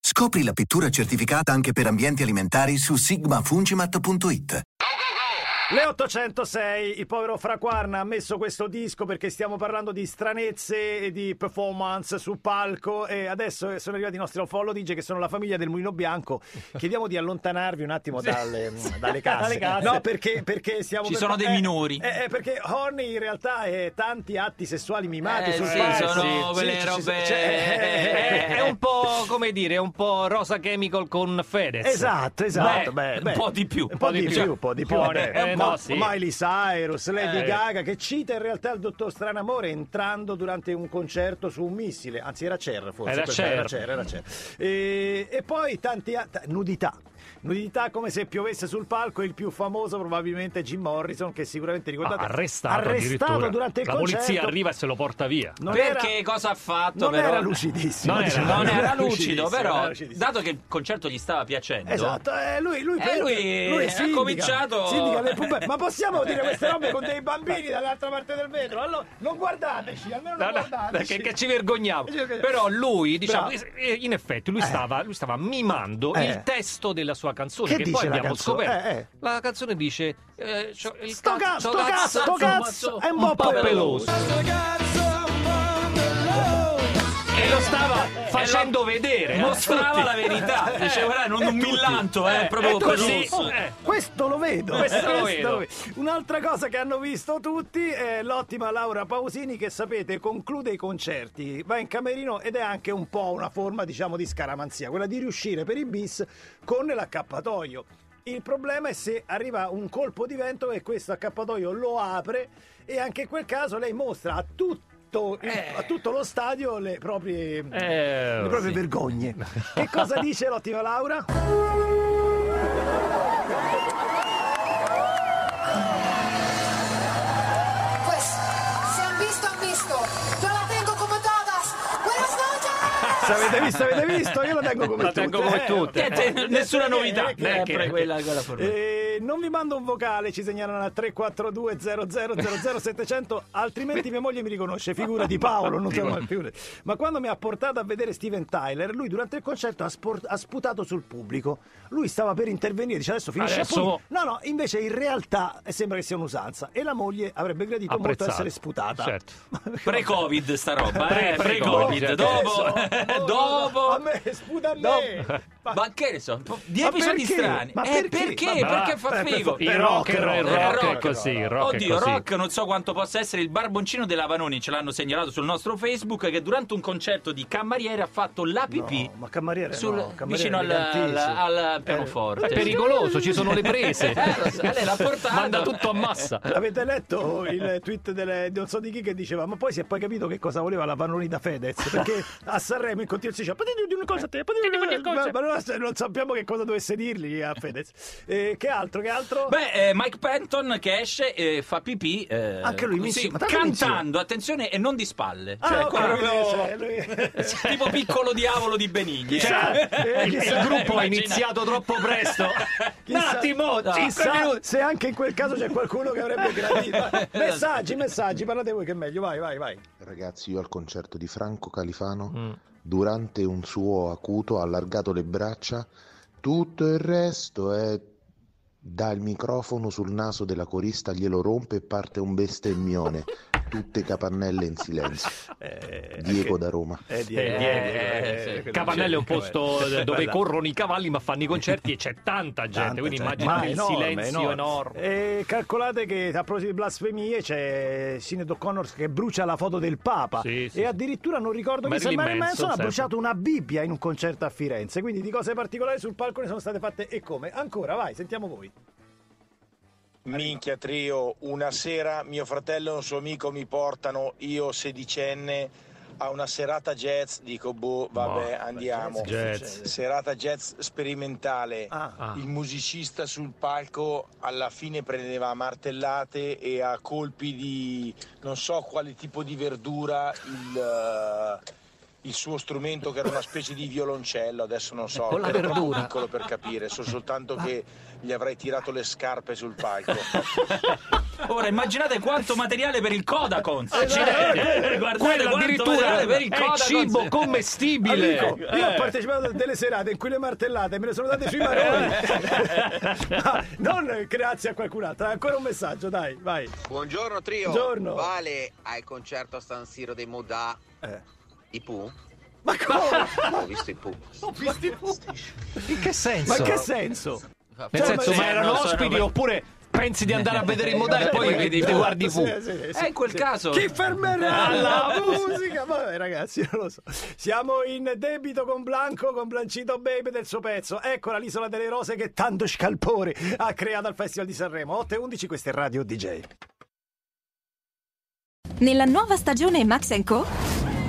Scopri la pittura certificata anche per ambienti alimentari su sigmafungimat.it. Le 806, il povero Fraquarna ha messo questo disco perché stiamo parlando di stranezze e di performance su palco e adesso sono arrivati i nostri follow DJ che sono la famiglia del Mulino Bianco. Chiediamo di allontanarvi un attimo dalle, dalle casse. Dalle casse. No, perché, perché stiamo... Ci per- sono dei eh, minori. eh, eh, perché Horny in realtà è tanti atti sessuali mimati Eh, sul sì, palco. sono Sì, quelle ci- ci- robe. cioè, eh, È, è un po', come dire, è un po' Rosa Chemical con Fedez. Esatto, esatto. Beh, Beh, beh. un po' di più. Un po' di più, un po' di più. Eh, vabbè. eh, Ma- no, sì. Miley Cyrus, Lady Eh. Gaga, che cita in realtà il dottor Stranamore entrando durante un concerto su un missile. Anzi, era Cher, forse. Era questa, Cher. Era Cer, era Cher. E, e poi tanti a- ta- nudità. Nudità come se piovesse sul palco. Il più famoso probabilmente è Jim Morrison, che sicuramente ricordate. Ah, arrestato, arrestato addirittura. durante il La concerto. polizia arriva e se lo porta via. Non Perché era- cosa ha fatto? non però? era lucidissimo. Non era, diciamo. non Non era era lucido, lucidissimo, non però era lucidissimo. dato che il concerto gli stava piacendo. Esatto, eh, lui, lui, Eh, per- lui ha sindica- cominciato- sindica le pubblicità. Ma possiamo dire queste robe con dei bambini dall'altra parte del vetro? Allora, non guardateci, almeno non No, no, guardateci. che, che ci vergogniamo. Ci vergogniamo. Però lui, diciamo, Bravo. eh, in effetti, lui stava, lui stava mimando Eh. il testo della sua canzone. Che Che, dice la poi abbiamo canzone? scoperto. Eh, eh. La canzone dice: eh, c'ho il Sto cazzo, cazzo, sto cazzo, sto cazzo, è un po' peloso. E lo stava Eh, facendo vedere. eh, a eh, Mostrava tutti. la verità. Diceva, guarda, non un millanto, eh, Eh, proprio è così. peloso. Eh. "Oh, Questo lo vedo. Questo lo vedo. Un'altra cosa che hanno visto tutti è l'ottima Laura Pausini che sapete conclude i concerti, va in camerino ed è anche un po' una forma diciamo di scaramanzia, quella di riuscire per i bis con l'accappatoio. Il problema è se arriva un colpo di vento e questo accappatoio lo apre e anche in quel caso lei mostra a tutto, il- a tutto lo stadio le proprie, Eh, le proprie sì. vergogne. Che cosa dice l'ottima Laura? Pues, se han visto, han visto. Yo la tengo como todas. Buenas noches. Se avete visto, avete visto, io la tengo come La tutte. tengo come eh. tutte. Che te- nessuna novità. Eh, che- Sempre quella, quella forma. Eh, non vi mando un vocale, ci segnalano a 342 00 700 altrimenti mia moglie mi riconosce, figura di Paolo, non so mai, figurati. Ma quando mi ha portato a vedere Steven Tyler, lui durante il concerto ha, spor- ha sputato sul pubblico. Lui stava per intervenire, dice adesso finisce Adesso- appunto. No, no, invece in realtà sembra che sia un'usanza e la moglie avrebbe gradito molto Apprezzato. essere sputata. Certo. Pre-Covid sta roba, Pre- Cioè, eh, pre-Covid, pre-Covid. eh. Dopo, Adesso, oh, dopo. a me, sputa a me. Dopo. Ma- Ma che ne so, di Ma episodi perché? strani. Ma eh, perché? perché? Ma- perché fa eh, figo. per- Il Però rock, che il rock, rock, il rock rock, è così. Il rock Oddio, è così. Rock, non so quanto possa essere il barboncino della Vanoni, ce l'hanno segnalato sul nostro Facebook, che durante un concerto di Cammariere ha fatto la pipì No, ma Cammariere sul- no, Cammariere Eh, vicino al, al, elegantissimo. al È pianoforte. pericoloso, ci sono le prese. Eh, lo so, lei l'ha portato. Manda tutto a massa. Avete letto il tweet delle, non so di chi che diceva ma poi si è poi capito che cosa voleva la Vanoni da Fedez perché a Sanremo in continuo si diceva "Patiti di una cosa a te, patiti di una cosa a te". ma non, non sappiamo che cosa dovesse dirgli a Fedez Eh, che altro che altro Beh, eh, Mike Penton che esce e fa pipì eh, Anche lui, così, Missy, ma tanto Missy. cantando, attenzione, e non di spalle. Ah, Cioè, ok, proprio- quindi, cioè, lui- tipo piccolo diavolo di Benigni. Chissà, eh, Il, chissà- il gruppo è Immagina- iniziato troppo presto. Un Chissà- attimo, No. cinque Chissà minuti. Esatto. se anche in quel caso c'è qualcuno che avrebbe gradito. Messaggi, messaggi, parlate voi che è meglio, vai, vai, vai. Ragazzi, io al concerto di Franco Califano, Mm. durante un suo acuto, ha allargato le braccia. Tutto il resto è dal microfono sul naso della corista, glielo rompe e parte un bestemmione. Tutte capannelle in silenzio. Eh, Diego anche- da Roma. Eh, Eh, Diego, Diego, eh, Diego, sì. eh, Capannello è un posto Guarda. dove corrono i cavalli ma fanno i concerti e c'è tanta gente, Tanta quindi gente. Ma immaginate è il enorme, silenzio enorme. E calcolate che a proposito di blasfemie c'è Sinead O'Connor che brucia la foto del Papa Sì, sì. e addirittura non ricordo chi se Marilyn Marilyn Manson Manson, ha sempre. bruciato una Bibbia in un concerto a Firenze. Quindi di cose particolari sul palco ne sono state fatte e come. Ancora, vai, sentiamo voi. Minchia trio, una sera mio fratello e un suo amico mi portano, io sedicenne, a una serata jazz dico boh vabbè andiamo jazz. serata jazz sperimentale Ah. Ah. il musicista sul palco alla fine prendeva a martellate e a colpi di non so quale tipo di verdura il eh, il suo strumento che era una specie di violoncello, adesso non so, Con la ero troppo verdura. piccolo per capire, so soltanto che gli avrei tirato le scarpe sul palco. Ora immaginate quanto materiale per il Kodakons. Eh, Cioè, Accidenti. Guardate Quello quanto addirittura materiale per il è Kodakons. cibo commestibile. cioè, Amico, io Eh. ho partecipato a delle serate in cui le martellate me le sono date sui maroni. Eh. Ma non grazie a qualcun altro. Ancora un messaggio, dai, vai. Buongiorno trio. Buongiorno. Vale al concerto a San Siro dei Modà Eh. i Pooh? Ma come? Ho visto i Pooh. In che senso? Ma in che senso? Nel Cioè, senso, ma- Eh, ma erano non so, ospiti no, ma- oppure pensi di andare a vedere in moda e poi vedi vedi tu. guardi Sì, fu. sì, sì. Eh, in quel caso. Chi fermerà la musica? Vabbè, ragazzi, non lo so. Siamo in debito con Blanco, con Blancito Baby del suo pezzo. Eccola l'isola delle rose che tanto scalpore ha creato al Festival di Sanremo. 8 e 11, questa è Radio DJ. Nella nuova stagione Max Co?